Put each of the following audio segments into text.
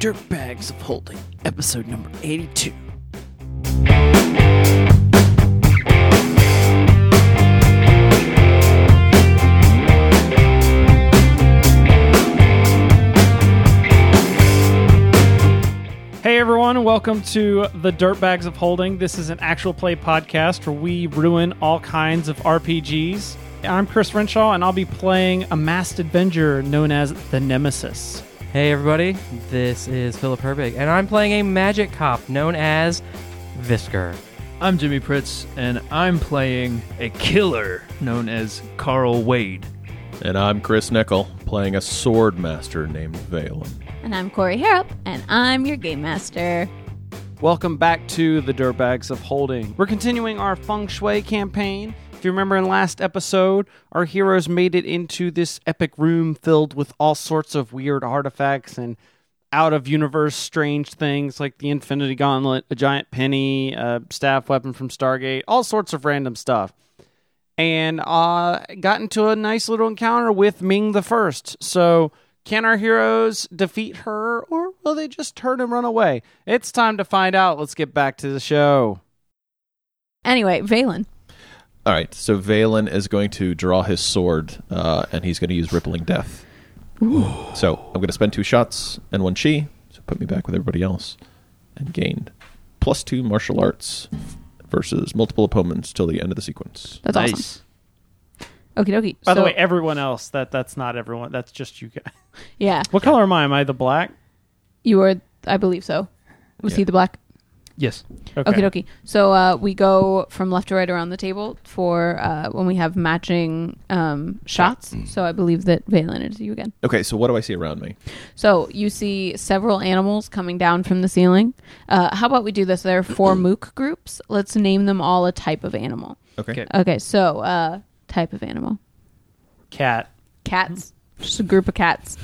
Dirtbags of Holding, episode number 82. Hey everyone, welcome to the Dirtbags of Holding. This is an actual play podcast where we ruin all kinds of RPGs. I'm Chris Renshaw and I'll be playing a masked adventurer known as the Nemesis. Hey everybody, this is Philip Herbig, and I'm playing a magic cop known as Visker. I'm Jimmy Pritz, and I'm playing a killer known as Carl Wade. And I'm Chris Nickel, playing a sword master named Valen. And I'm Corey Harrop, and I'm your game master. Welcome back to the Dirtbags of Holding. We're continuing our feng shui campaign. If you remember in last episode, our heroes made it into this epic room filled with all sorts of weird artifacts and out of universe strange things like the Infinity Gauntlet, a giant penny, a staff weapon from Stargate, all sorts of random stuff. And uh, got into a nice little encounter with Ming the First. So, can our heroes defeat her, or will they just turn and run away? It's time to find out. Let's get back to the show. Anyway, Valen. All right, so Valen is going to draw his sword, uh, and he's going to use Rippling Death. So I'm going to spend two shots and one chi, so put me back with everybody else, and gain plus two martial arts versus multiple opponents till the end of the sequence. That's awesome. Okie dokie. By the So- way, eh- everyone else that that's not everyone. That's just you guys. yeah, What color am I? Am I the black? you were, I believe so. Was Yeah. he the black? Yes. Okie dokie. So uh, we go from left to right around the table for uh, when we have matching um, shots. Mm. So I believe that Valen is you again. Okay, so what do I see around me? So you see several animals coming down from the ceiling. Uh, how about we do this? There are four mook groups. Let's name them all a type of animal. Okay, Okay. Okay, so uh, type of animal. Cat. Cats. Mm-hmm. Just a group of cats.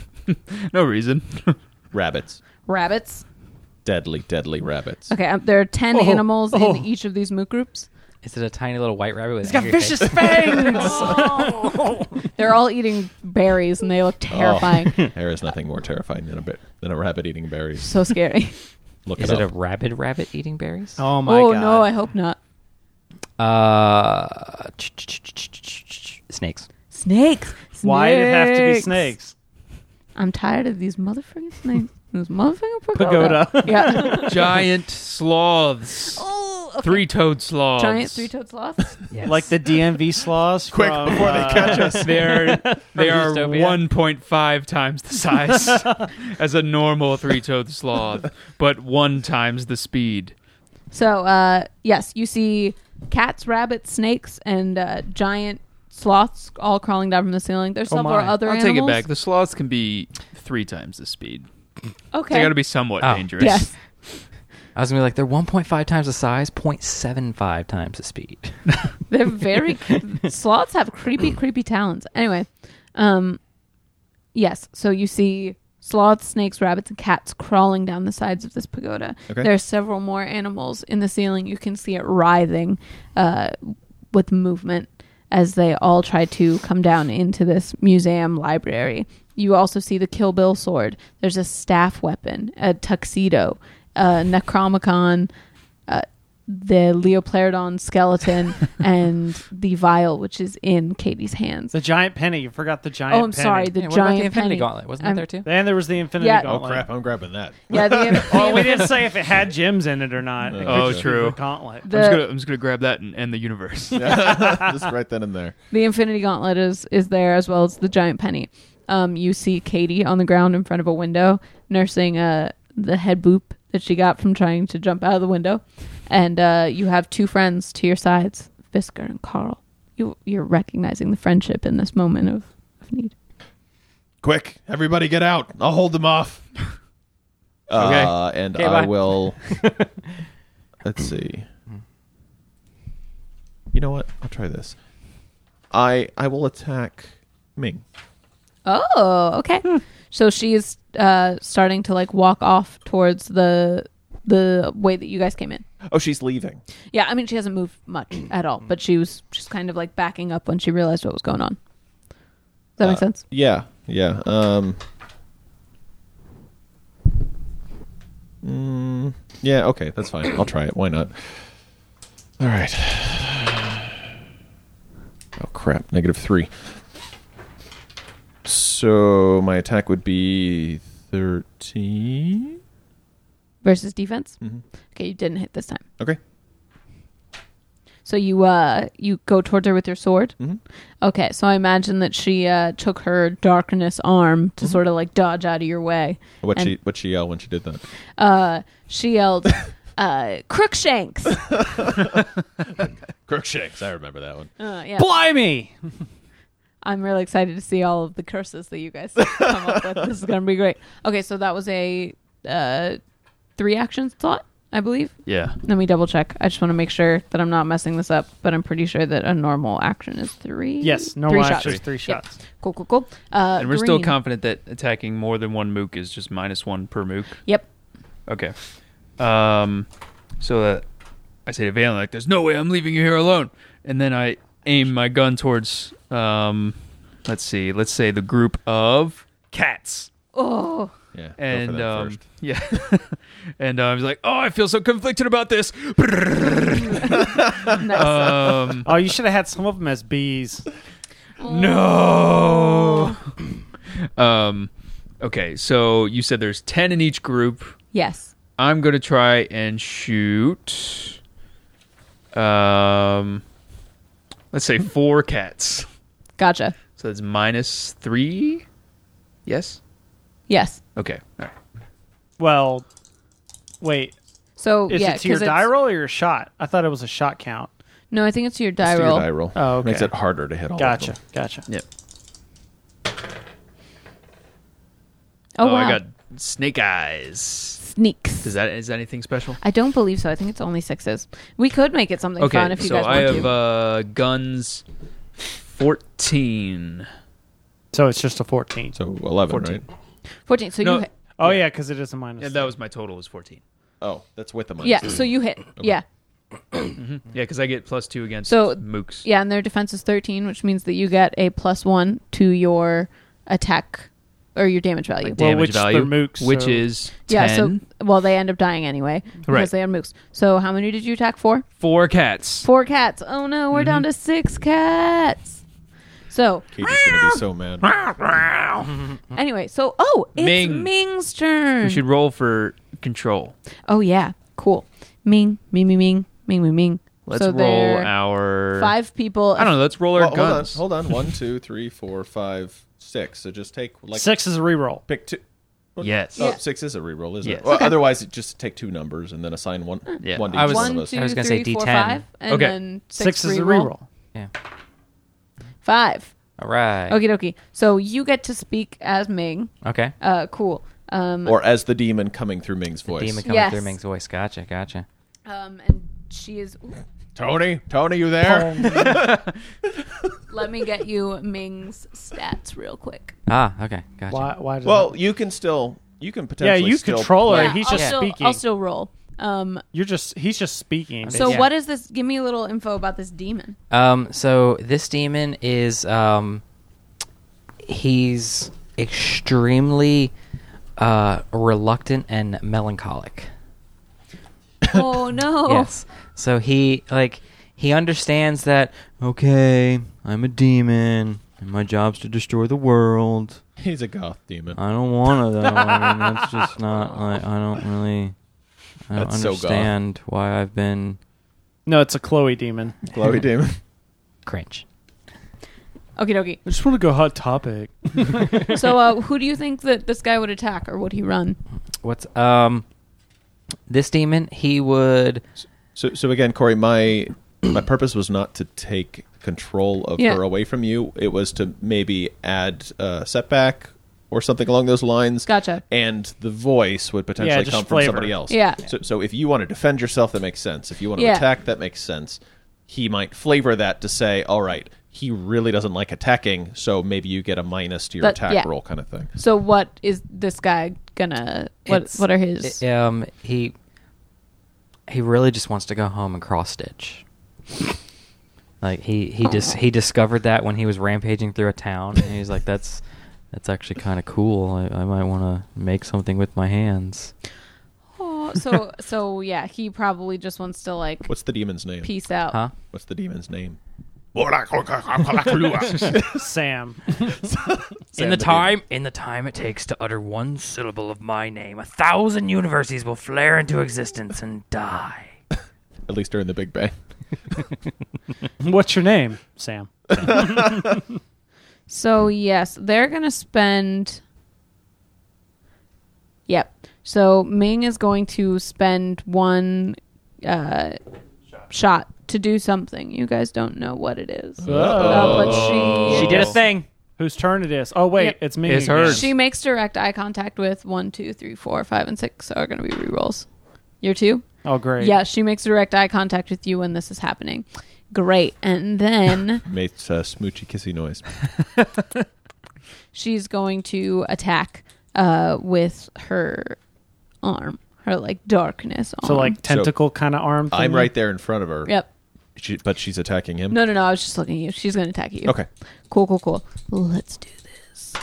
No reason. rabbits, Rabbits. deadly, deadly rabbits. Okay, um, there are ten Oh, animals oh. in each of these mook groups. Is it a tiny little white rabbit with It's got vicious fangs. Oh. They're all eating berries, and they Oh. look terrifying. There is nothing more terrifying than a bit than a rabbit eating berries. so scary. Look Is it it a up. rabid rabbit eating berries? oh oh no, I hope not. Uh, ch- ch- ch- ch- ch- ch- snakes. Snakes. Why did it have to be snakes? I'm tired of these motherfucking snakes. Those motherfucking pagoda. Pagoda. Yeah. Giant sloths. oh, okay. Three-toed sloths. giant three-toed sloths. Yes. Like the DMV sloths. Quick, from, before they uh, catch us. They're they are Zootopia. 1.5 times the size as a normal three-toed sloth, but one times the speed. so, uh, yes, you see cats, rabbits, snakes, and uh, giant sloths all crawling down from the ceiling. There's Oh several my. other I'll animals. take it back. The sloths can be three times the speed. Okay. They got to be somewhat Oh. dangerous. yes. I was gonna be like they're 1.5 times the size, 0.75 times the speed. They're very sloths have creepy, creepy talons. Anyway, um, yes. So you see sloths, snakes, rabbits, and cats crawling down the sides of this pagoda. Okay. There are several more animals in the ceiling. You can see it writhing uh, with movement as they all try to come down into this museum library. You also see the Kill Bill sword. There's a staff weapon, a tuxedo, a Necromicon, uh, the Leoplerodon skeleton, and the vial, which is in Katie's hands. The giant penny. You forgot the giant Oh, I'm penny. sorry. The Yeah, what about the giant Infinity penny. Gauntlet? Wasn't I'm- that there too? Then there was the Infinity Yeah. Oh Gauntlet. crap! I'm grabbing that. Yeah, the, Oh, we didn't say if it had gems in it or not. It could Oh, just be true. The gauntlet. the, I'm just, gonna, I'm just gonna grab that and end the universe. Just right then and there. The Infinity Gauntlet is is there as well as the giant penny. Um, you see Katie on the ground in front of a window, nursing uh, the head boop that she got from trying to jump out of the window, and uh, you have two friends to your sides, Fisker and Carl. You you're recognizing the friendship in this moment of, of need. Quick, everybody get out. I'll hold them off. Uh, and Okay, I bye. will. let's see. You know what? I'll try this. I I will attack Ming. Oh, okay. So she is uh, starting to like walk off towards the the way that you guys came in. Oh, she's leaving. Yeah, I mean she hasn't moved much at all, but she was just kind of like backing up when she realized what was going on. Does that make Uh, sense? Yeah, yeah. Um, mm, Yeah, okay, that's fine. I'll try it. Why not? All right. Oh, crap. Negative three. So my attack would be 13. versus defense. Okay, you didn't hit this time. Okay. So you uh you go towards her with your sword. Mhm. Okay, so I imagine that she uh took her darkness arm to sort of like dodge out of your way. What And- she what she yell when she did that? Uh, she yelled, uh, "Crookshanks!" uh, Crookshanks. I remember that one. Uh, yeah, Blimey! I'm really excited to see all of the curses that you guys come up with. This is gonna be great. Okay, so that was a uh three action slot, I believe. Yeah. Let me double check. I just want to make sure that I'm not messing this up, but I'm pretty sure that a normal action is three. Yes, no three action. shots. Three Yep. shots. Cool, cool, cool. Uh, and we're still green. confident that attacking more than one mook is just minus one per mook. Yep. Okay. Um, so uh, I say to Valen, like, "There's no way I'm leaving you here alone." And then I aim my gun towards, um, let's see, let's say the group of cats. Oh, Yeah. go for And that um, first. yeah, and uh, I was like, "Oh, I feel so conflicted about this." nice. um, Oh, you should have had some of them as bees. no. um, okay, so you said there's ten in each group. yes. I'm gonna try and shoot. Um, let's say four cats. Gotcha. So that's minus three. Yes. Yes. Okay. All right. Well, wait. So Is yeah, it to your 'cause die it's- roll or your shot? I thought it was a shot count. No, I think it's to your die Let's do roll. your die roll. Oh, okay. Makes it harder to hit all Gotcha. of them. Gotcha. Yep. Oh, wow. I got snake eyes. Sneaks. Does that is that anything special? I don't believe so. I think it's only sixes. We could make it something fun if you so guys I want have to. uh, guns. Fourteen. So it's just a 14. So 11, 14. right? Fourteen. So no. you. Hit. oh, yeah, because it is a minus. Yeah, that was my total was fourteen. Oh, that's with the minus. Yeah. three. So you hit. Yeah. Yeah, because I get plus two against So- mooks. Yeah, and their defense is thirteen, which means that you get a plus one to your attack or your damage value. Well, Damage which they're value, mooks, which so- is yeah. So 10. well, they end up dying anyway because Right. they had mooks. So how many did you attack? Four. four cats. Four cats. Oh no, we're Mm-hmm. down to six cats. So Katie's going to be so mad. anyway, so oh, it's Ming. Ming's turn. We should roll for control. Oh yeah, cool. Ming, Ming, Ming, Ming, Ming, Ming, Ming. Let's so roll there- our Five people. I don't know. Let's roll our Well, hold on. guns. Hold on. One, two, three, four, five, six. So just take like Six is a reroll. pick two. Yes. Oh, Yeah. six is a reroll, isn't Yes. it? Well, Okay. otherwise, it just take two numbers and then assign one, Yeah. one to I each was- one One, of those. two, I was gonna say three, four, D10. five, and Okay. then six, Six is a reroll. reroll. Yeah. Five. All right. Okie dokie. So you get to speak as Ming. Okay. Uh, cool. Um, Or as the demon coming through Ming's voice. Demon coming Yes. through Ming's voice. Gotcha. Gotcha. um, and she is. Tony, Tony, you there? Let me get you Ming's stats real quick. Ah. Okay. Gotcha. Why, why does Well, that- you can still, you can yeah, potentially. you still control her. Yeah, he's I'll just still, speaking. I'll still roll. Um, You're just he's just speaking. so Yeah. what is this? Give me a little info about this demon. Um, so this demon is um, he's extremely uh, reluctant and melancholic. Oh no. Yes. So he like he understands that okay, I'm a demon and my job's to destroy the world. He's a goth demon. I don't want to though. I mean, that's just not like I don't really I don't That's so goth. understand why I've been No, it's a Chloe demon. Chloe demon. cringe. Okie dokie. I just want to go hot topic. So, uh, who do you think that this guy would attack, or would he run? What's um this demon, he would So, so again, Corey, my my purpose was not to take control of Yeah. her away from you. It was to maybe add a setback or something along those lines. Gotcha. And the voice would potentially just come flavor. from somebody else. Yeah. So, so if you want to defend yourself, that makes sense. If you want to Yeah. attack, that makes sense. He might flavor that to say, "All right, he really doesn't like attacking, so maybe you get a minus to your That- attack yeah. roll, kind of thing." So, what is this guy gonna? What It's- What are his? i- um he he really just wants to go home and cross stitch. Like he Oh, he just he discovered that when he was rampaging through a town and he's like that's that's actually kind of cool. I, I might want to make something with my hands. No, Oh, so so yeah, he probably just wants to like What's the demon's name? peace out. Huh? What's the demon's name? Oh, Sam. Sam in the the time, in the time it takes to utter one syllable of my name, a thousand universes will flare into existence and die. At least during the Big Bang. What's your name, Sam? So yes, they're gonna spend. Yep. So Ming is going to spend one uh, shot. to do something. You guys don't know what it is. Uh, but she She did a thing. Whose turn it is? Oh wait, Yep. it's me. It's again. hers. she makes direct eye contact with one, two, three, four, five, and six are gonna be rerolls. Your two. Oh great. Yeah, she makes direct eye contact with you when this is happening. Great. And then Makes a smoochy uh, kissy noise. she's going to attack uh, with her arm, her like darkness arm. So like tentacle kind of arm. I'm thing? right there in front of her. Yep. She, but she's attacking him. No, no, no. I was just looking at you. She's going to attack you. Okay. Cool, cool, cool. Let's do this.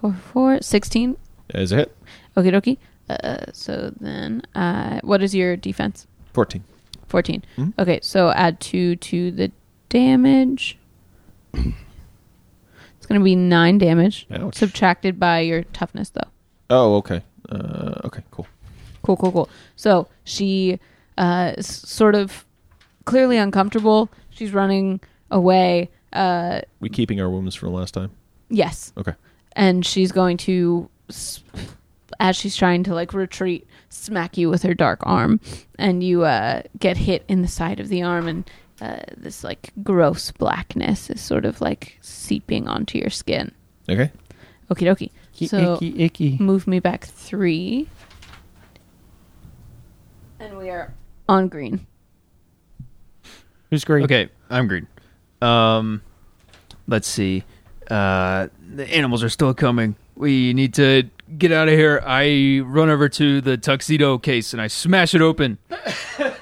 Four, four, 16. Is it hit? Okie dokie. Uh, so then, uh, what is your defense? 14. 14. Mhm. Okay, so add 2 to the damage. It's going to be 9 damage. Ouch. Subtracted by your toughness, though. Oh, okay. Uh, okay, cool. Cool, cool, cool. So she uh, is sort of clearly uncomfortable. She's running away. Uh, We keeping our wounds from last time? yes. Okay. And she's going to, s- as she's trying to like retreat, smack you with her dark arm. And you uh, get hit in the side of the arm. And uh, this like gross blackness is sort of like seeping onto your skin. Okay. Okie dokie. Icky, So icky, icky. move me back three. And we are on green. Who's green? Okay, I'm green. Um, let's see. Uh, the animals are still coming. We need to get out of here. I run over to the tuxedo case and I smash it open,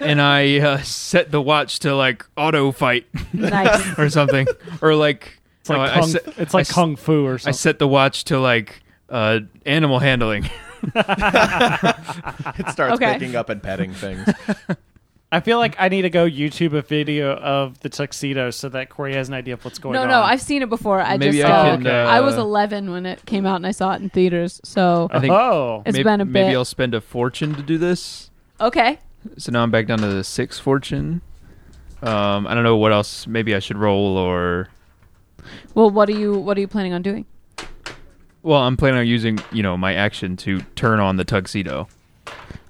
and I uh, set the watch to like auto fight Nice. or something, or like It's like, I kung, set, it's like I s- kung fu or I something. set the watch to like uh, animal handling. It starts Okay. picking up and petting things. I feel like I need to go YouTube a video of the tuxedo so that Corey has an idea of what's going no, on. no, I've seen it before. I Maybe just I saw. can, uh, I was 11 when it came out, and I saw it in theaters. So I think oh, It's maybe, been a bit. maybe I'll spend a fortune to do this. okay, So now I'm back down to the six fortune. Um, I don't know what else. Maybe I should roll or. well, what are you what are you planning on doing? Well, I'm planning on using you know my action to turn on the tuxedo.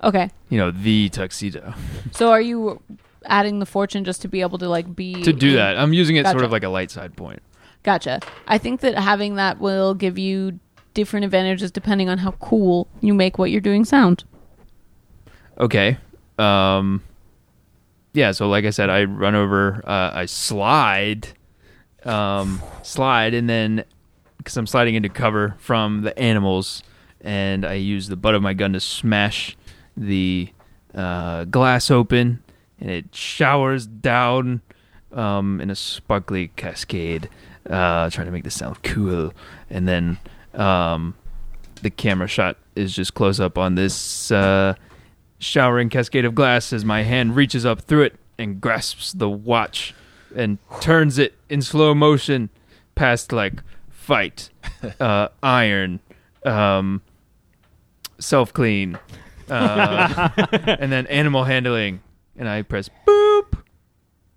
Okay, You know the tuxedo so are you adding the fortune just to be able to like be to do that. I'm using it sort Mm-hmm. Gotcha. of like a light side point. Gotcha. I think that having that will give you different advantages depending on how cool you make what you're doing sound. Okay. Um. Yeah. So like I said, I run over. Uh, I slide. Um, slide and then because I'm sliding into cover from the animals, and I use the butt of my gun to smash the uh, glass open, and it showers down um, in a sparkly cascade. Uh, trying to make this sound cool, and then um, the camera shot is just close up on this uh, showering cascade of glass as my hand reaches up through it and grasps the watch and turns it in slow motion past like fight, uh, iron, um, self clean, uh, and then animal handling. And I press boop,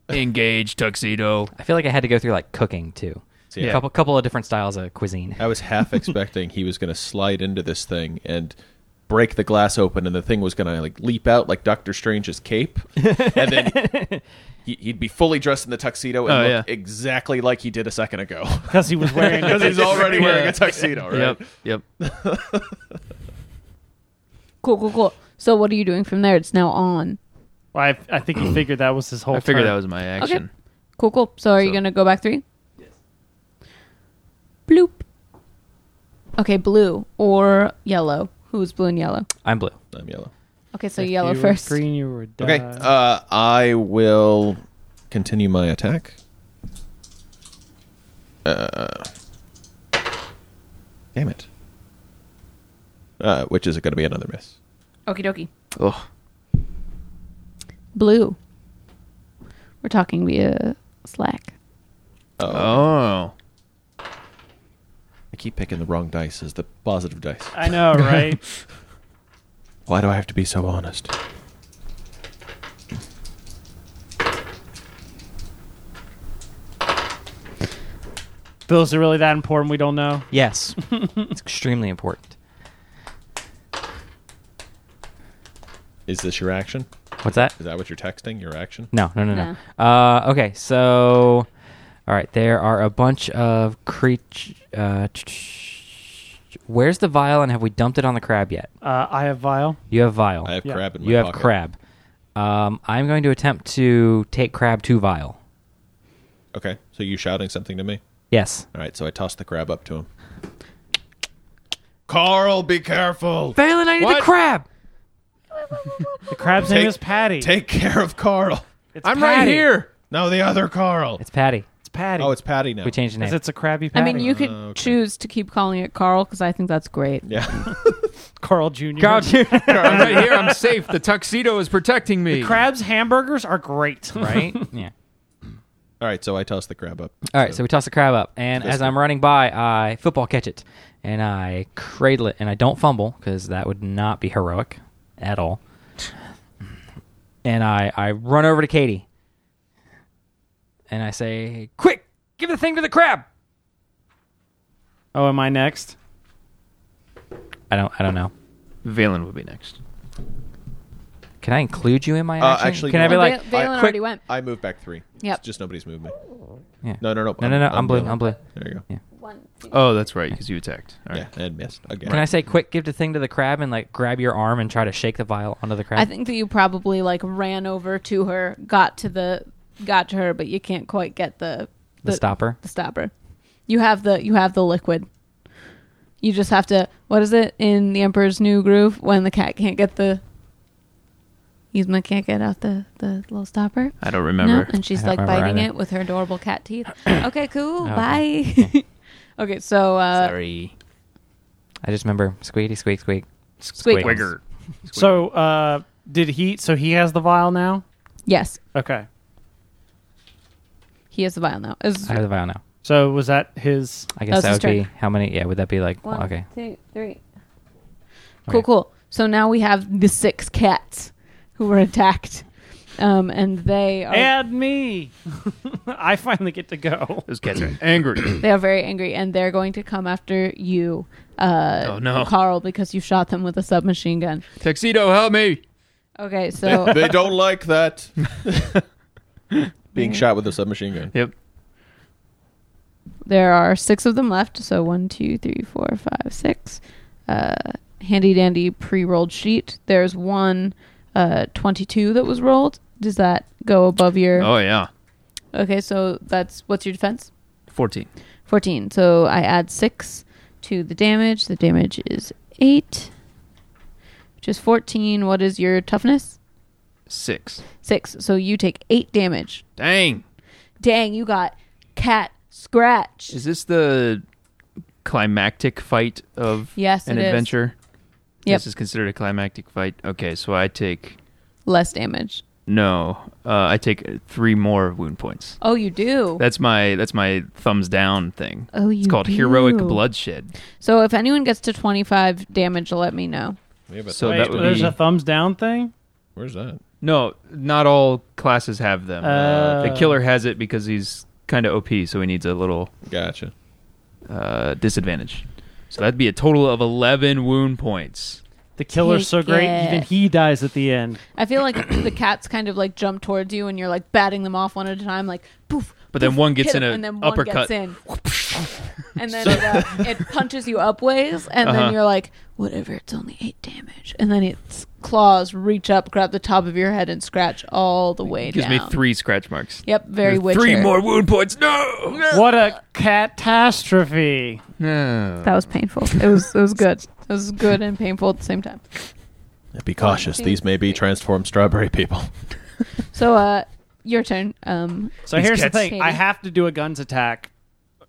engage tuxedo. I feel like I had to go through like cooking too. Yeah. A couple couple of different styles of cuisine. I was half expecting he was going to slide into this thing and break the glass open, and the thing was going to like leap out like Doctor Strange's cape, and then he- he'd be fully dressed in the tuxedo and Oh, look yeah. exactly like he did a second ago because he was wearing. because he's already wearing a tuxedo, right? Yep, yep. Cool, cool, cool. So what are you doing from there? It's now on. Well, I, I think he figured that was his whole. I figured turn. that was my action. Cool, cool. So are you So- gonna go back three? Yes. Bloop. Okay, blue or yellow. Who's blue and yellow? I'm blue. I'm yellow. Okay, so If yellow you were first. Green, you were dead. Okay, uh, I will continue my attack. Uh, damn it. uh, which is going to be another miss. Okie dokie. Ugh. Blue. We're talking via Slack. Oh. I keep picking the wrong dice as the positive dice. I know, right? Why do I have to be so honest? Bill, is it really that important? We don't know. Yes. it's extremely important. Is this your action? What's that? Is that what you're texting? Your action? No, no, no, no. Uh, okay, so all right, there are a bunch of creature. Uh, ch- ch- ch- where's the vial, and have we dumped it on the crab yet? Uh, I have vial. You have vial. I have Yeah. crab in my you have pocket. crab. Um, I'm going to attempt to take crab to vial. Okay, so you shouting something to me? Yes. All right, so I toss the crab up to him. Carl, be careful. Valen, I need the crab. The crab's name Take- is Patty. Take care of Carl. It's I'm right Patty. here. No, the other Carl. It's Patty. It's Patty. oh, it's Patty now. We changed the Because name. it's a crabby I Patty. mean, Ah, you could choose to keep calling it Carl because I think that's great. yeah. Carl Jr. Carl Jr. I'm right here. I'm safe. The tuxedo is protecting me. Crab's hamburgers are great. right? Yeah. All right, so I toss the crab up. All right, so we toss the crab up, and as I'm running by, I football catch it, and I cradle it, and I don't fumble because that would not be heroic at all. And I I run over to Katie, and I say, "Quick, give the thing to the crab." Oh, am I next? I don't I don't know. Valen would be next. Can I include you in my Uh, action? actually, can I no. be Well, like, Valen quick- already went. I move back three. Yep. It's just nobody's moved me. Yeah. No, no, no. no, no, no, I'm blue, the- I'm blue. There you go. Yeah. One, two, Oh, that's right, because you attacked. All right. Yeah, and missed again. Can I say, "Quick, give the thing to the crab," and like grab your arm and try to shake the vial onto the crab? I think that you probably like ran over to her, got to the got to her, but you can't quite get the the stopper. The stopper. You have the you have the liquid. You just have to what is it in the Emperor's New Groove when the cat can't get the Yzma can't get out the, the little stopper? I don't remember. No, and she's I don't like remember biting either. it with her adorable cat teeth. okay, cool. Bye. Oh, Okay. Okay, so uh Sorry. I just remember squeaky squeak squeak. Squeak. Wigger. So, uh, did he? So he has the vial now. yes, Okay. he has the vial now. Is I have the vial now. So was that his? I guess That that was would his be how many? Yeah, would that be like well, okay? two, three. Cool, Okay. cool. So now we have the six cats who were attacked, um, and they are And me. I finally get to go. Those cats are angry. they are very angry, and they're going to come after you, uh, Oh, no. Carl, because you shot them with a submachine gun. tuxedo, help me. Okay, so they don't like that. Being shot with a submachine gun. Yep. there are six of them left. So one, two, three, four, five, six. Uh, handy dandy pre-rolled sheet. There's one uh, twenty-two that was rolled. Does that go above your? Oh, yeah. Okay, so that's what's your defense? 14. 14. So I add 6 to the damage. The damage is 8, which is 14. What is your toughness? Six. 6. So you take 8 damage. Dang. Dang, you got cat scratch. Is this the climactic fight of Yes, an it is. adventure? Yep. This is considered a climactic fight. Okay, so I take. Less damage. No, uh, I take three more wound points. Oh, you do. That's my that's my thumbs down thing. Oh, you It's called do. heroic bloodshed. So if anyone gets to 25 damage, let me know. Yeah, but So Wait, that would there's be- a thumbs down thing. where's that? No, not all classes have them. Uh, Oh. the killer has it because he's kind of OP, so he needs a little Gotcha. uh, disadvantage. So that'd be a total of 11 wound points. The killer's so Take great, it. even he dies at the end. I feel like the cats kind of like jump towards you and you're like batting them off one at a time, like poof. But then poof, one gets hit in a them, and then uppercut. One gets in. and then it, uh, it punches you up ways, and Uh-huh. then you're like, whatever, it's only eight damage. And then its claws reach up, grab the top of your head, and scratch all the way Gives down. me three scratch marks. Yep, very There's Witcher. Three more wound points. No. What a catastrophe! No. That was painful. It was it was good. It was good and painful at the same time. Be cautious. These may be transformed strawberry people. So, uh, your turn. Um, So These here's the cats- thing: I Katie. have to do a guns attack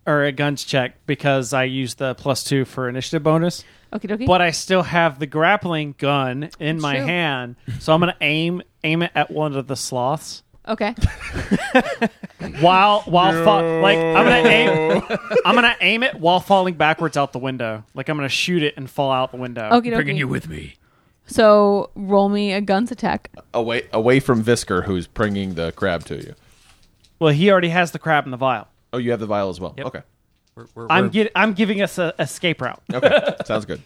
or a guns check because I use the plus two for initiative bonus. Okay, dokie. but I still have the grappling gun in That's my true. hand, so I'm gonna aim aim it at one of the sloths okay. while while fa- like I'm gonna aim I'm gonna aim it while falling backwards out the window. Like I'm gonna shoot it and fall out the window. Okay, Bringing you with me. So roll me a guns attack. away away from Visker, who's bringing the crab to you. Well, he already has the crab in the vial. Oh, you have the vial as well. Yep. Okay, We're, we're, I'm we're- get, I'm giving us a escape route. okay, sounds good.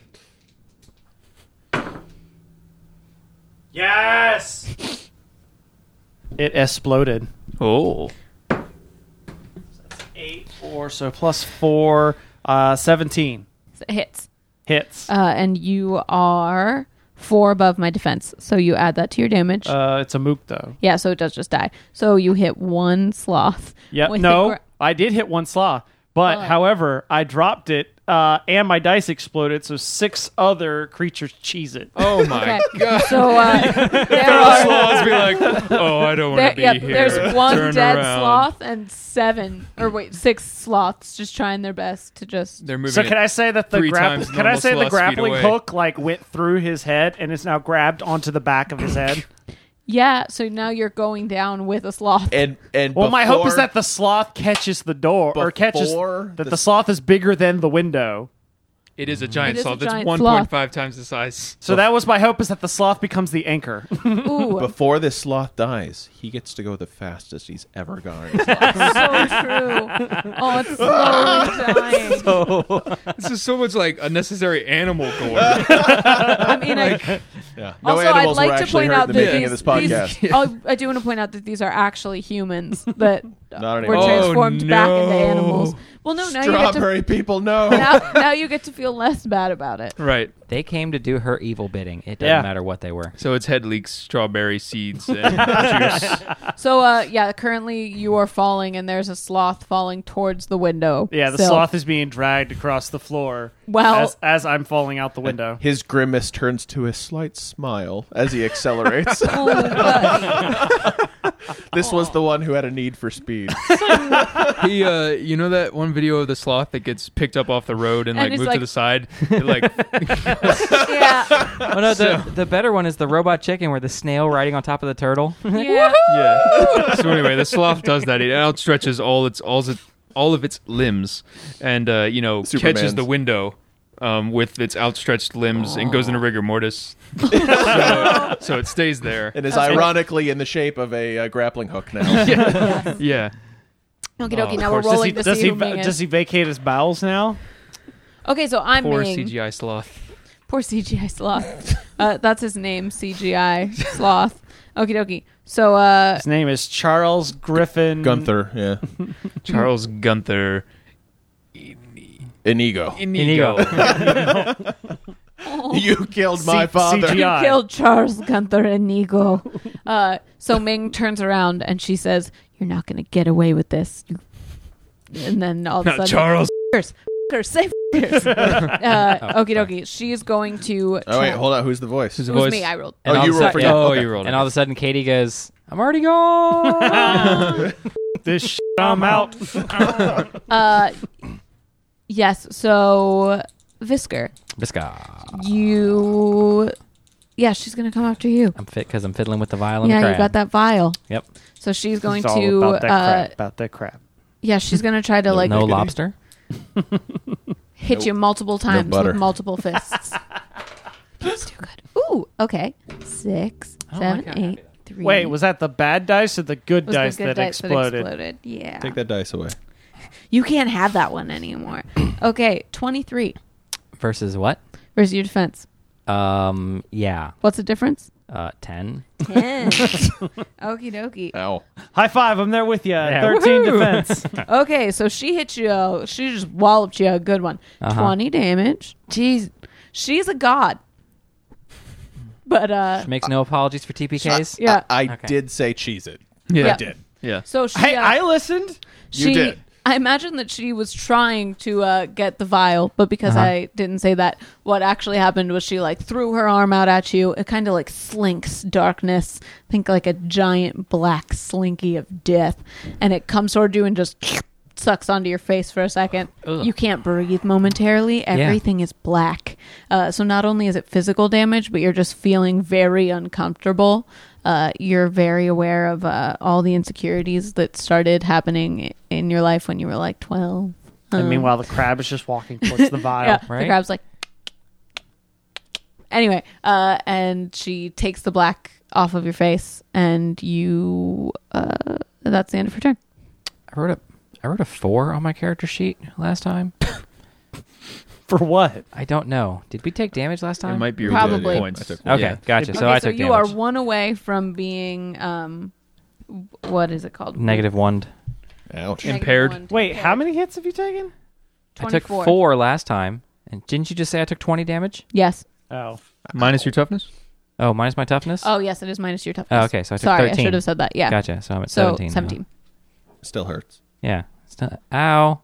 Yes. It exploded. Oh. Eight or so plus four, uh, 17 So it hits. hits. Uh, Uh, and you are four above my defense, so you add that to your damage. Uh, Uh, it's a mook though. yeah, so it does just die. So you hit one sloth. Yeah. with the No, gra- I did hit one slaw, but Oh. however, I dropped it, uh, and my dice exploded, so six other creatures cheese it. Oh my okay. So uh, there are, Claws be like, oh, I don't want there, to be yep, here. there's one Turn dead around. sloth and seven, or wait, six sloths just trying their best to just. They're moving. So can it I say that the three grap- times can I normal say the sloth's feet grappling away. hook like went through his head and is now grabbed onto the back of his head? Yeah, so now you're going down with a sloth. And and Well, my hope before- is that the sloth catches the door or catches Before that the, the- sloth is bigger than the window. It is a giant It is a sloth. That's giant 1.5 times the size. So that was my hope is that the sloth becomes the anchor. Ooh, before this sloth dies, he gets to go the fastest he's ever gone. so true. Oh, it's slowly dying. This is so much like unnecessary animal gore. I mean, I, yeah. also, I'd like to point out that the making these, of this podcast. these- oh, I do want to point out that these are actually humans that Not were anymore. transformed Oh, back into no. animals. Well, no, now Strawberry people, no. you get to now, now you get to feel less bad about it. right. they came to do her evil bidding. It doesn't Yeah. matter what they were. So its head leaks strawberry seeds and juice. So, uh, yeah, currently you are falling, and there's a sloth falling towards the window. yeah, the So- sloth is being dragged across the floor Well- as, as I'm falling out the window. His grimace turns to a slight smile as he accelerates. Oh, but- this was the one who had a need for speed. he uh you know that one video of the sloth that gets picked up off the road and, And like it's moved like- to the side it, like yeah, Oh no, the, the better one is the robot chicken where the snail riding on top of the turtle. yeah. yeah so anyway the sloth does that it outstretches all its all its all of its limbs and uh you know catches Superman's. the window um, with its outstretched limbs and goes into rigor mortis so, so it stays there It is ironically in the shape of a uh, grappling hook now. yeah Okie Oh, dokie. of now we're course. Does he, rolling to does, see he, who Ming is. does he vacate his bowels now? Okay, so I'm poor Ming. cgi sloth Poor CGI sloth. uh, that's his name, CGI sloth. Okie dokie. So, uh, His name is Charles Griffin Gunther, yeah. charles gunther Inigo. inigo, Oh. you killed C- my father. you CGI. killed Charles Gunther and Nigo. Uh, so Ming turns around and she says, "You're not gonna get away with this." You- And then all of a Not sudden, charles "F***ers, f***ers, say f***ers." Oh, uh, okie dokie. She is going to. Oh wait, try- hold on. Who's the voice? It Who's was Voice. me. I rolled. Oh, all you of a rolled sud- for- yeah. oh you rolled And it. all of a sudden, Katie goes, "I'm already gone." This shit, I'm out. Uh, yes. So Visker, Visca. you. Yeah, she's gonna come after you. I'm fit because I'm fiddling with the violin. Yeah, you got that vial. Yep. So she's going It's all to. about that uh, crap. About that crap. Yeah, she's gonna try to like no lobster. hit you multiple times butter. with multiple fists. That's too good. Ooh, okay. Six, seven, eight, three. Wait, was that the bad dice or the good Mm. was the dice good that, dice exploded? exploded? Yeah. Take that dice away. You can't have that one anymore. okay, twenty-three Versus what? versus your defense. Um. Yeah. What's the difference? Uh. Ten. Ten. Okie dokie. Ow. High five! I'm there with you. Thirteen defense. Okay, so she hit you. She just walloped you a good one. Uh-huh. Twenty damage. Jeez, she's a god. But uh, She makes no apologies for TPKs. yeah. I, I Okay. did say cheese it. Yeah. I did. yeah so she. Hey, uh, I listened. she, did. I imagine that she was trying to uh, get the vial, but because I didn't say that, what actually happened was she like threw her arm out at you. It kind of like slinks darkness. Think like a giant black slinky of death, and it comes toward you and just sucks onto your face for a second. Ugh. You can't breathe momentarily. Everything is black. Uh, so not only is it physical damage, but you're just feeling very uncomfortable. Uh, you're very aware of uh, all the insecurities that started happening in your life when you were like 12. And Um, meanwhile, the crab is just walking towards the vial. yeah, right? the crab's like. Anyway, uh, and she takes the black off of your face, and you. Uh, that's the end of her turn. I wrote a I wrote a four on my character sheet last time. For what? I don't know. Did we take damage last time? It might be your Probably. bullet points. I took- Okay, Yeah. gotcha. So okay, I so took you damage. are one away from being. Um, what is it called? Negative one. Ouch. Negative Impaired. one to Wait, how impaired. many hits have you taken? I took 24. four last time, and didn't you just say I took twenty damage? Yes. Oh, Minus your toughness. Oh, minus my toughness. Oh, yes, it is minus your toughness. Oh, okay. So I took Sorry, I thirteen. should have said that. Yeah. Gotcha. So I'm at So seventeen. uh-huh. now. Still hurts. Yeah. It's not, ow.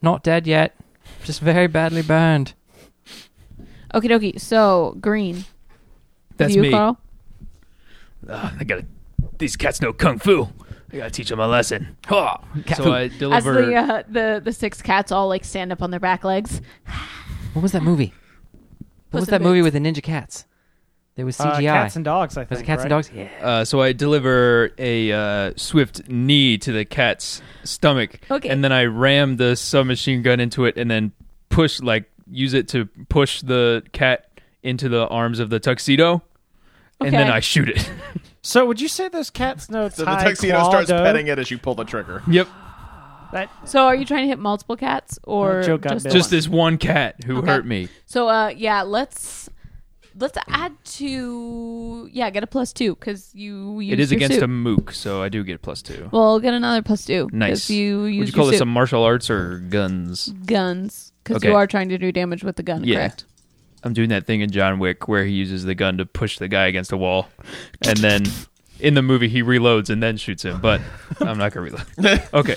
Not dead yet. Just very badly burned. Okie dokie. So green. That's you, me. Carl. Ah, I gotta. These cats know kung fu. I gotta teach them a lesson. Ha! So I As deliver. the, uh, the the six cats all like stand up on their back legs. What was that movie? Puss What was in that movie Boots. with the ninja cats? There was Uh, CGI. cats and dogs. I think. was it cats and right? dogs? Yeah. Uh, so I deliver a uh, swift knee to the cat's stomach, Okay. and then I ram the submachine gun into it, and then push like use it to push the cat into the arms of the tuxedo, and then Okay. I shoot it. So would you say those cats know So the tuxedo starts petting it as you pull the trigger. yep, That, So are you trying to hit multiple cats or Uh, Joe got just, bit. the just one? this one cat who Okay. hurt me. So uh, yeah, let's let's add to yeah, get a plus two because you used it is your against suit. a mook, so I do get plus two. Well, get another plus two. 'cause nice. You Would use you call your this suit. a martial arts or guns? guns because Okay. you are trying to do damage with the gun. Yeah. Correct. I'm doing that thing in John Wick where he uses the gun to push the guy against a wall, and then in the movie he reloads and then shoots him. But I'm not gonna reload. Okay.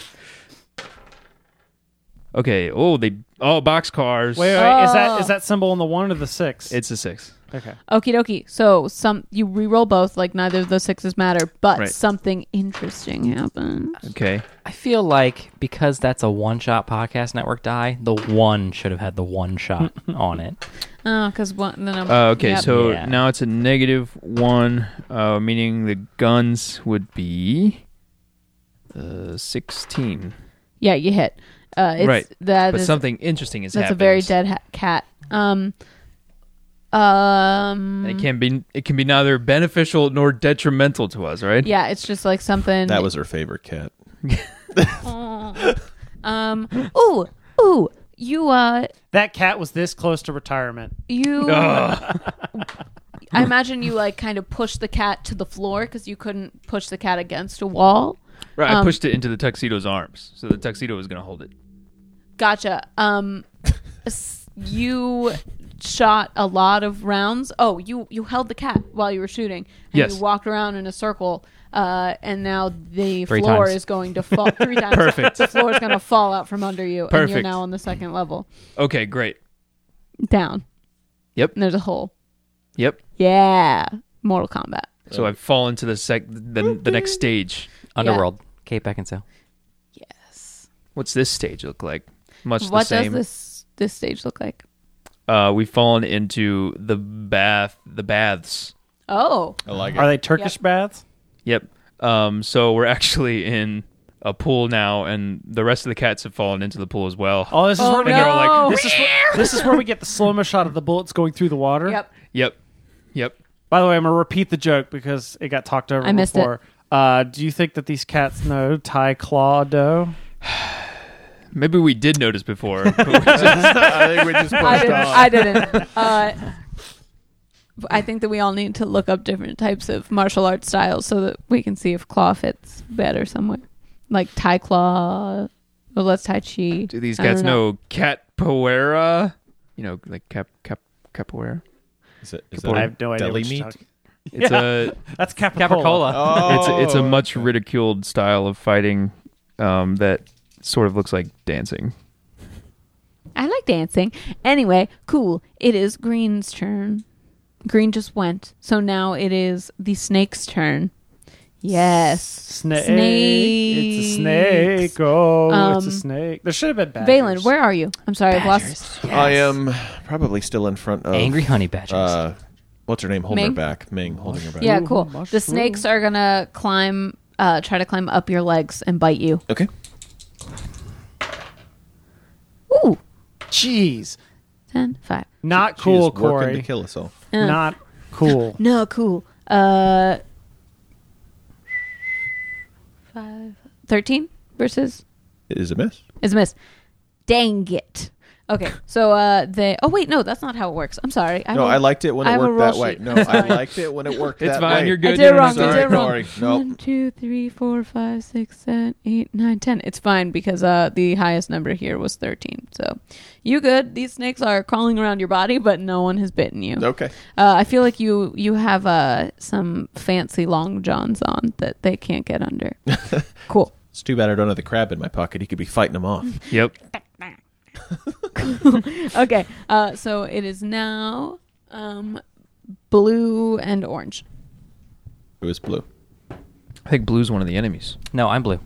Okay. Oh, they oh box cars. wait, wait, wait, is that Oh. is that symbol on the one or the six? It's a six. okay. Okie dokie. So some you reroll both. Like neither of those sixes matter, but Right. something interesting happens. Okay. I feel like because that's a one shot podcast network die, the one should have had the one shot on it. Oh, because one. Then I'm, Uh, okay. yep. So Yeah. now it's a negative one, uh, meaning the guns would be uh, sixteen. yeah, you hit. Uh, it's, Right. That but is something interesting is that's happening. a very dead ha- cat. Um. Um. And it can be it can be neither beneficial nor detrimental to us, right? Yeah, it's just like something. That was her favorite cat. Um. Ooh. Ooh. You. Uh. That cat was this close to retirement. You. I imagine you like kind of pushed the cat to the floor because you couldn't push the cat against a wall. Right, I Um, pushed it into the tuxedo's arms, so the tuxedo was going to hold it. Gotcha. Um. s- you shot a lot of rounds. Oh, you you held the cat while you were shooting. And Yes. You walked around in a circle. Uh, and now the Three floor times. is going to fall three times. Perfect. The floor is going to fall out from under you, and you're Perfect. now on the second level Okay, great. down. Yep. And there's a hole. Yep. Yeah, Mortal Kombat. So I fall into the sec the, the next stage. Underworld. Kate Beckinsale. What's this stage look like? Much the what does same. this this stage look like? Uh, we've fallen into the bath, the baths. Oh, I like Are they Turkish Yep. baths? Yep. Um, so we're actually in a pool now, and the rest of the cats have fallen into the pool as well. Oh, this is Oh, where we no. get like, this is where, this is where we get the slow mo shot of the bullets going through the water. yep. Yep. Yep. By the way, I'm gonna repeat the joke because it got talked over I missed it. before. Uh, do you think that these cats know Thai claw dough? Maybe we did notice before. but we just- I think we just I pushed didn't. off. I didn't. Uh, I think that we all need to look up different types of martial arts styles so that we can see if claw fits better somewhere, like Thai claw. Well, let's Tai Chi. Do these I don't cats know. capoeira? You know, like cap cap capoeira. Is it, is I that have no idea. deli what you're meat? talking- It's a That's Capicola. Capricola. it's a, it's a Oh. much ridiculed style of fighting um, that sort of looks like dancing. I like dancing. Anyway, cool. It is Green's turn. Green just went. So now it is the snake's turn. Yes. Snake. It's a Snakes. snake. Oh, it's Um, a snake. There should have been badgers. Valen, where are you? I'm sorry, I've lost. I am probably still in front of Angry honey badgers. Uh, what's her name? Holding Ming? her back. Ming holding her back. Yeah, cool. The snakes are gonna climb, uh, try to climb up your legs and bite you. Okay. Ooh, Jeez. 10, 5. Not She is cool, working Corey. to kill us all. Uh. Not cool. No, cool. Uh, five, 13 versus It is a miss. is a miss. Dang it. Okay, so uh, they. Oh wait, no, that's not how it works. I'm sorry. I no, will- I liked it when I it have a worked roll that way. sheet. No, It's I fine. liked it when it worked It's that fine. way. You're I good. did it wrong. I Sorry, did it wrong. Corey. Nope. One, two, three, four, five, six, seven, eight, nine, ten. It's fine because uh, the highest number here was thirteen. So you good? These snakes are crawling around your body, but no one has bitten you. Okay. Uh, I feel like you you have uh, some fancy long johns on that they can't get under. cool. It's too bad I don't have the crab in my pocket. He could be fighting him off. Yep. Okay. Uh, so it is now um, blue and orange. It was blue. I think blue's one of the enemies. no, I'm blue.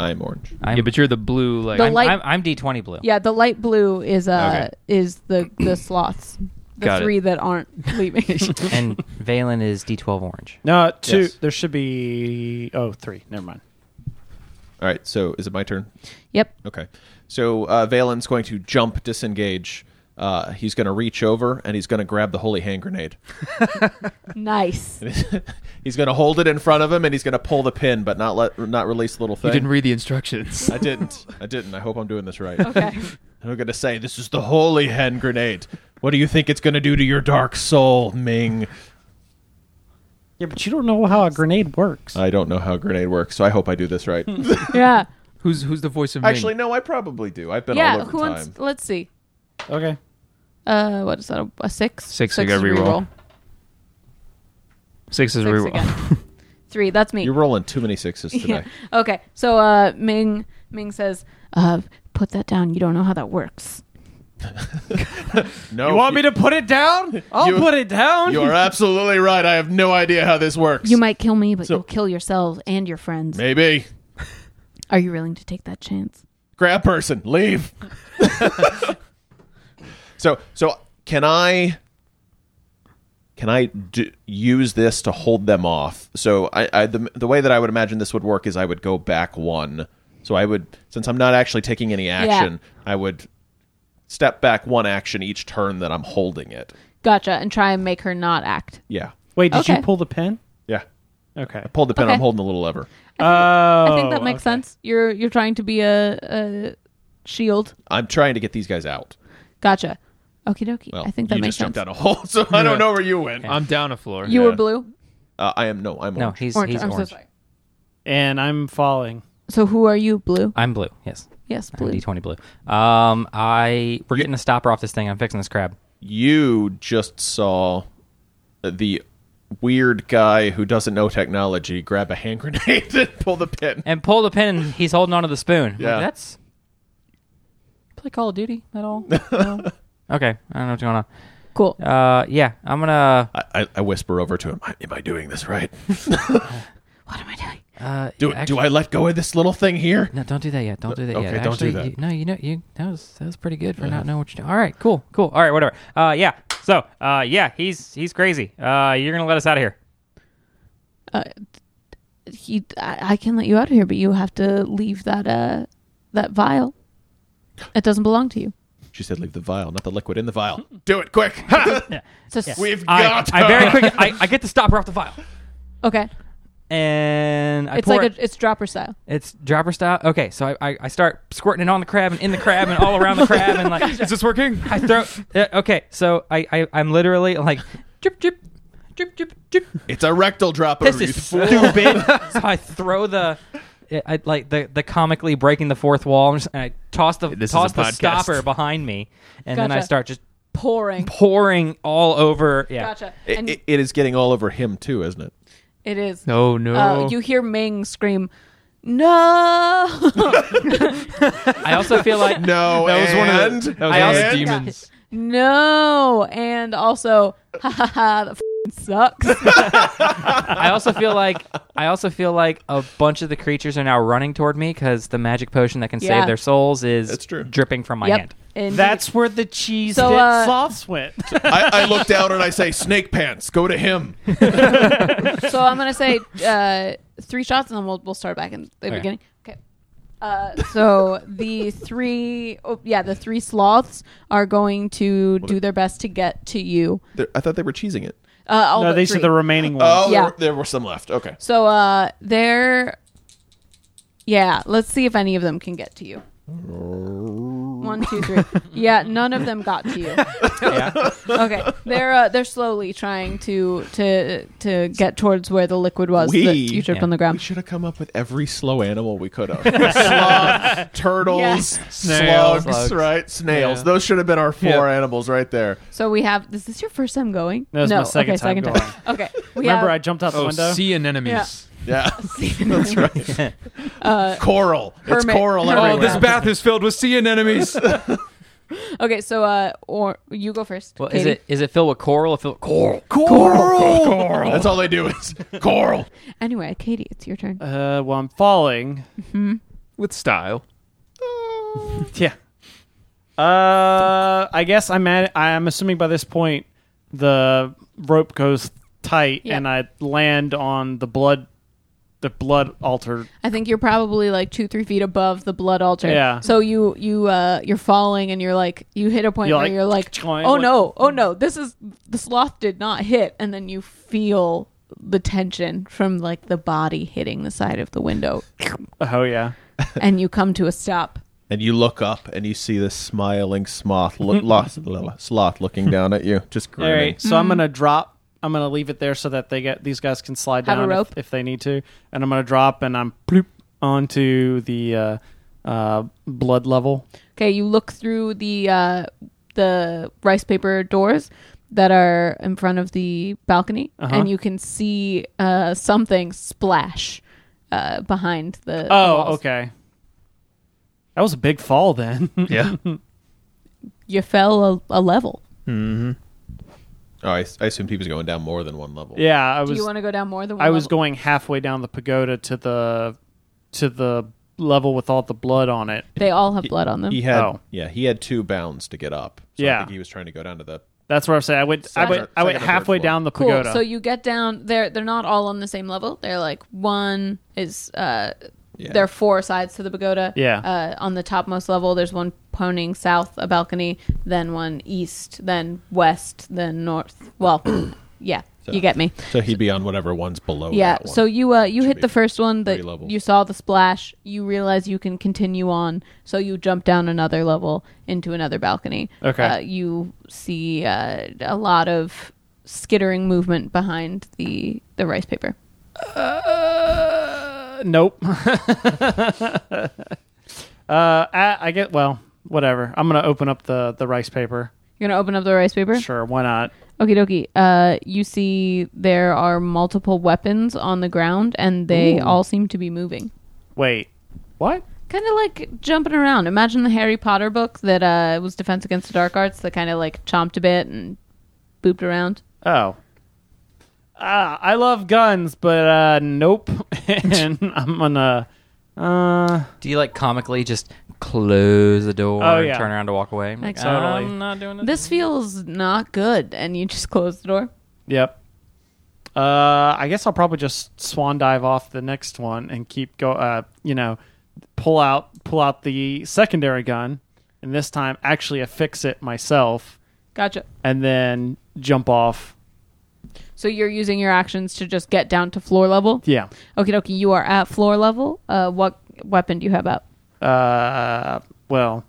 I'm orange. I'm, yeah, but you're the blue like The I'm, light- I'm, I'm D20 blue. Yeah, the light blue is uh Okay. is the the sloths. The Got it. three that aren't leaving. And Valen is D12 orange. No, two. Yes. There should be. Oh, three. Never mind. All right. So is it my turn? yep. Okay. So uh, Valen's going to jump, disengage. Uh, he's going to reach over and he's going to grab the holy hand grenade. Nice. He's going to hold it in front of him and he's going to pull the pin, but not let not release the little thing. you didn't read the instructions. I didn't. I didn't. I hope I'm doing this right. Okay. And I'm going to say, this is the holy hand grenade. What do you think it's going to do to your dark soul, Ming? Yeah, but you don't know how a grenade works. I don't know how grenade works, so I hope I do this right. yeah. who's who's the voice of Ming? Actually, no, I probably do. I've been all Yeah. over Who time. wants? Let's see. okay. Uh, what is that? A, a six. Six, I Six gotta is re-roll. Six is Six reroll. again. Three. That's me. You're rolling too many sixes today. Okay. So uh, Ming Ming says, uh, "Put that down. You don't know how that works." No, You want me to put it down? I'll oh, You- put it down. You are absolutely right. I have no idea how this works. You might kill me, but So- you'll kill yourselves and your friends. Maybe. Are you willing to take that chance? Grab person. Leave. so, so can I? Can I d- use this to hold them off? So, I, I the, the way that I would imagine this would work is I would go back one. So I would, since I'm not actually taking any action, I would step back one action each turn that I'm holding it. Gotcha. And try and make her not act. Yeah, Wait, did Okay. you pull the pin? yeah. Okay. Pull the pin. Okay. I'm holding the little lever. Oh, I think that makes okay. sense. You're you're trying to be a, a shield. I'm trying to get these guys out. Gotcha. Okie dokie. Well, I think that you makes just sense. jumped out a hole, so I don't Yeah. know where you went. I'm down a floor. You were Yeah. blue. Uh, I am no. I'm No, orange. he's Orange. he's I'm orange. so sorry. And I'm falling. So who are you? Blue. I'm blue. Yes. Yes, I'm blue. D20 blue. Um, I we're getting a stopper off this thing. I'm fixing this crab. You just saw the weird guy who doesn't know technology grab a hand grenade and pull the pin. And pull the pin. and He's holding onto the spoon. I'm like, Yeah. that's play Call of Duty at all? No? okay, I don't know what's going on. Cool. Uh, yeah, I'm gonna. I, I, I whisper over to him. "I- Am I doing this right? What am I doing? Uh, Do do I let go of this little thing here? No, don't do that yet. Don't do that Okay, yet. don't do Actually, that. Uh-huh. You, no, you know you that was that was pretty good for not knowing what you're doing. All right, cool, cool. All right, whatever. Uh, yeah. So, uh, yeah, he's he's crazy. Uh, you're gonna let us out of here. He, I, I can let you out of here, but you have to leave that uh that vial. It doesn't belong to you. She said, "Leave the vial, not the liquid in the vial. do it quick. So s- We've I, got I her." very quick. I, I get the stopper off the vial, okay. and I It's pour like it- a, it's dropper style. It's dropper style. Okay, so I, I, I start squirting it on the crab and in the crab and all around the crab and like is this working? I throw. Yeah, okay, so I, I I'm literally like drip drip drip drip drip. It's a rectal dropper. This you is fool. stupid. so I throw the. I, I- like the the comically breaking the fourth wall, I'm just- and I toss the This is toss a the podcast. stopper behind me, and then I Gotcha. start just Pouring. pouring all over. Yeah, Gotcha. It- and it- it is getting all over him too, isn't it? it is. Oh no. Uh, you hear Ming scream, "No!" I also feel like No, that was one and of the that was one of the and- demons. No, and also, ha ha ha, the f- sucks. I also feel like I also feel like a bunch of the creatures are now running toward me because the magic potion that can Yeah. save their souls is That's true. dripping from my yep. hand. Indeed. That's where the cheese So, dip uh, sauce went. I, I look down and I say, "Snake pants, go to him." so I'm gonna say uh, three shots, and then we'll we'll start back in the Okay. beginning. Okay. Uh, so the three, oh, yeah, the three sloths are going to do their best to get to you. There- I thought they were cheesing it. Uh, all no, but they three. said the remaining ones. Oh, there Yeah. were- there were some left. Okay. So uh, they're, yeah. Let's see if any of them can get to you. One, two, three. yeah, none of them got to you. Yeah. Okay, they're uh, they're slowly trying to to to get towards where the liquid was We- that you tripped Yeah. on the ground. We should have come up with every slow animal we could have. Sloth, turtles, Yes. slugs, Slugs. right? Snails. Yeah. Those should have been our four Yeah. animals right there. So we have. Is this your first time going? No, it's my second okay, time second going. time. Okay. We Remember, I have, jumped out the Oh, window. sea anemones. Yeah. I. That's right. coral. It's Uh, hermit- coral hermit Oh, everywhere. this Yeah. bath is filled with sea anemones. okay, so uh, or you go first. Well, is Katie. it is it filled with coral? Or filled coral. coral. coral. That's all they do is coral. Anyway, Katie, it's your turn. Uh, well, I'm falling. with style. Yeah. Uh, I guess I'm at. I'm assuming by this point the rope goes tight Yeah. and I land on the blood the blood altar. I think you're probably like two, three feet above the blood altar. Yeah. So you you uh you're falling and you're like you hit a point You're where like, you're like, trying, oh like- mm. no, oh no, this is the sloth did not hit, and then you feel the tension from like the body hitting the side of the window, Oh yeah. and you come to a stop. And you look up and you see this smiling sloth, look, lost, sloth looking down at you, just Mm-hmm. All grinning. right. So Mm. I'm gonna drop. I'm gonna leave it there so that they get these guys can slide Have a down if- rope. If, they need to, and I'm gonna drop and I'm ploop onto the uh, uh, blood level. Okay, you look through the uh, the rice paper doors that are in front of the balcony, Uh-huh. and you can see uh, something splash uh, behind the. the Oh, walls. okay. That was a big fall then. Yeah. You fell a, a level. Oh, I, I assumed he was going down more than one level. yeah, I Do was. you want to go down more than? One I was level? going halfway down the pagoda to the to the level with all the blood on it. They all have blood on them. He had Oh. yeah, he had two bounds to get up. So I Yeah. think he was trying to go down to the That's what I'm saying. I went. I Second went. or- I went second or third halfway floor. down the cool. pagoda. So you get down. They're they're not all on the same level. They're like one is. Uh, Yeah. There are four sides to the pagoda. Yeah. Uh, on the topmost level, there's one pointing south, a balcony, then one east, then west, then north. Well, yeah, you get me. So he'd be on whatever one's below. Yeah. that one. So you uh, you Should hit be the first one three that levels. you saw the splash. You realize you can continue on, so you jump down another level into another balcony. Okay. Uh, you see uh, a lot of skittering movement behind the the rice paper. Uh, nope. uh, I, I get well. Whatever. I'm gonna open up the the rice paper. You're gonna open up the rice paper. Sure, why not? Okie dokie. Uh, you see there are multiple weapons on the ground, and they all seem to be moving. Wait, what? kind of like jumping around. Imagine the Harry Potter book that uh, was Defense Against the Dark Arts that kind of like chomped a bit and booped around. Oh. Uh, I love guns, but uh, nope. and I'm gonna. Uh, Do you like comically just close the door Oh, and yeah. turn around to walk away? I'm like, Like, totally. I'm not doing this. This feels not good, and you just close the door. yep. Uh, I guess I'll probably just swan dive off the next one and keep go. Uh, you know, pull out pull out the secondary gun, and this time actually affix it myself, Gotcha. and then jump off. So you're using your actions to just get down to floor level. Yeah. Okay, dokie. You are at floor level. Uh, what weapon do you have out? Uh, well,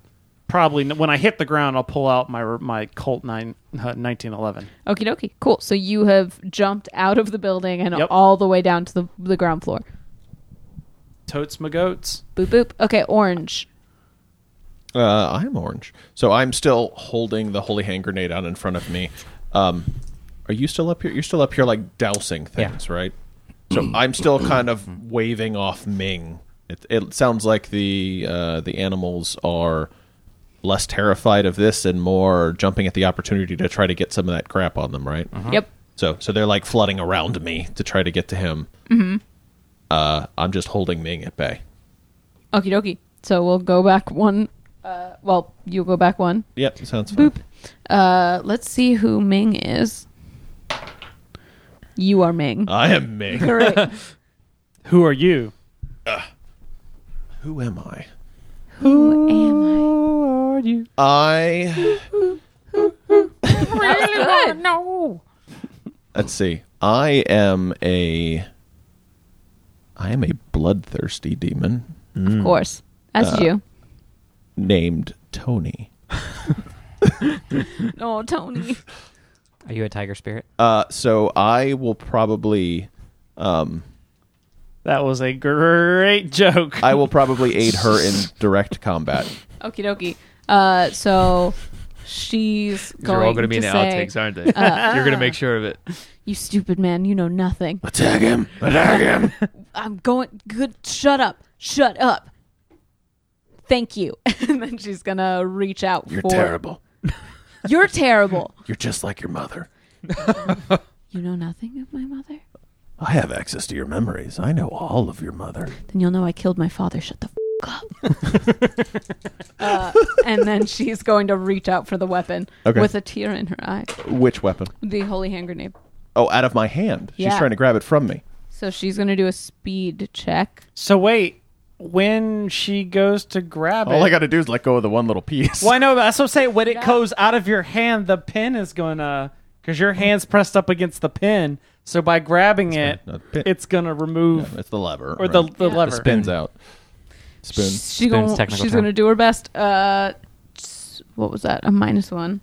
probably n- when I hit the ground, I'll pull out my my Colt nine uh, nineteen eleven. Okie dokie. Cool. So you have jumped out of the building and Yep. all the way down to the the ground floor. Totes my goats. Boop boop. Okay, orange. Uh, I'm orange. So I'm still holding the holy hand grenade out in front of me. Um, are you still up here? You're still up here, like dousing things, right? So I'm still kind of waving off Ming. It, it sounds like the uh, the animals are less terrified of this and more jumping at the opportunity to try to get some of that crap on them, right? Yep. So so they're like flooding around me to try to get to him. Uh, I'm just holding Ming at bay. Okie dokie. So we'll go back one. Uh, well, you go back one. Yep, sounds fun. Boop. Uh, let's see who Ming is. You are Uh. Ming. I am Ming. Great. Who are you? Who am I? Who am I I? That's good. let's see. I am a I am a bloodthirsty demon Hmm. Of course. That's Uh. you. named Tony. No, Tony. Are you a tiger spirit? Uh, so I will probably That was a great joke. I will probably aid her in direct combat. Okie dokie. Uh, so she's These going are all going to uh, be in the say, uh, outtakes, aren't they? You're going to make sure of it. "You stupid man, you know nothing. Attack him! Attack him! I'm going. Good. Shut up. Shut up. Thank you." and then she's gonna reach out. You're for, terrible. You're terrible. You're just like your mother. you know nothing of my mother. I have access to your memories. I know all of your mother. Then you'll know I killed my father. Shut the f- up. uh, and then she's going to reach out for the weapon Okay. with a tear in her eye. Which weapon? The holy hand grenade. Oh, out of my hand. She's Yeah. trying to grab it from me. So she's going to do a speed check. So wait, when she goes to grab it, All I got to do is let go of the one little piece. well, I know but that's what I'm saying. When it Yeah. goes out of your hand, the pin is gonna because your hand's pressed up against the pin. So by grabbing it, not a pin. it's gonna remove It's the lever. or the right? the Yeah. lever. spins out. Spoon. She Spoon's gonna, technical she's term. going to do her best. Uh, s- what was that? A minus one.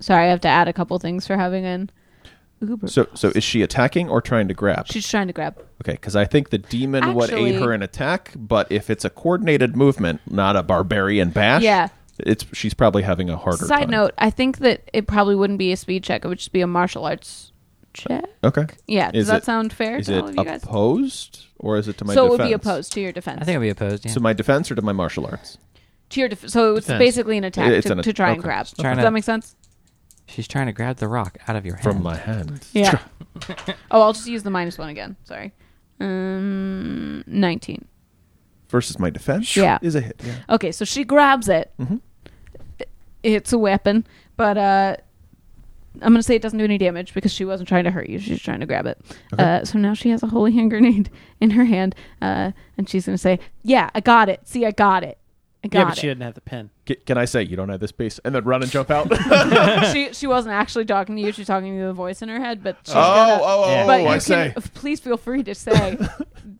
Sorry, I have to add a couple things for having an Uber. So, so is she attacking or trying to grab? she's trying to grab. okay, because I think the demon would aid Actually- her in attack, but if it's a coordinated movement, not a barbarian bash, Yeah. it's she's probably having a harder. Side time. note: I think that it probably wouldn't be a speed check; it would just be a martial arts check. Okay. Yeah, does Is that it- sound fair Is to all of it you guys? opposed or is it to my so defense? it would be opposed to your defense. I think I'd be opposed. Yeah. To my defense or to my martial arts? to your def- so it's basically an attack It's to, an- to try and okay. grab. Trying Does to- that make sense? She's trying to grab the rock out of your hand. From my hand. Yeah. oh, I'll just use the minus one again. Sorry. Um, nineteen. Versus my defense Yeah. is a hit. Mm-hmm. Yeah. Okay, so she grabs it. It's a weapon, but uh, I'm gonna say it doesn't do any damage because she wasn't trying to hurt you. She's trying to grab it. Uh, so now she has a holy hand grenade in her hand, uh, and she's gonna say, "Yeah, I got it. See, I got it. I Yeah, but got she it." didn't have the pin. C- Can I say you don't have this piece and then run and jump out? she she wasn't actually talking to you. She's talking to the voice in her head, but she's oh, gonna. oh, oh, but you I can, say. please feel free to say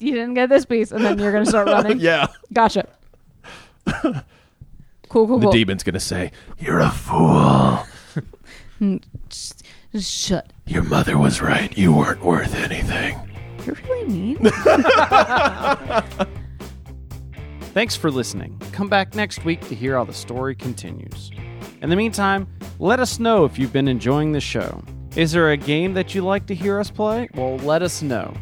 you didn't get this piece, and then you're gonna start running. yeah. Gotcha. Cool, cool, The cool. demon's going to say, You're a fool. Hmm, Shut. Your mother was right. You weren't worth anything. You're really mean. Thanks for listening. Come back next week to hear how the story continues. In the meantime, let us know if you've been enjoying the show. Is there a game that you'd like to hear us play? Well, let us know.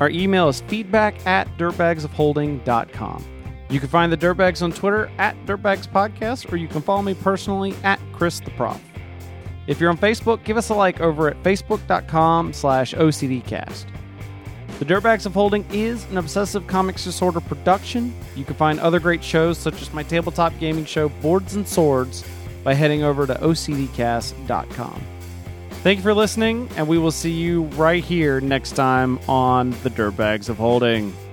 Our email is feedback at dirtbagsofholding.com. You can find the Dirtbags on Twitter at Dirtbags Podcast, or you can follow me personally at Chris the Prof. If you're on Facebook, give us a like over at facebook.com slash OCDcast. The Dirtbags of Holding is an obsessive comics disorder production. You can find other great shows such as my tabletop gaming show Boards and Swords by heading over to ocdcast.com. Thank you for listening, and we will see you right here next time on The Dirtbags of Holding.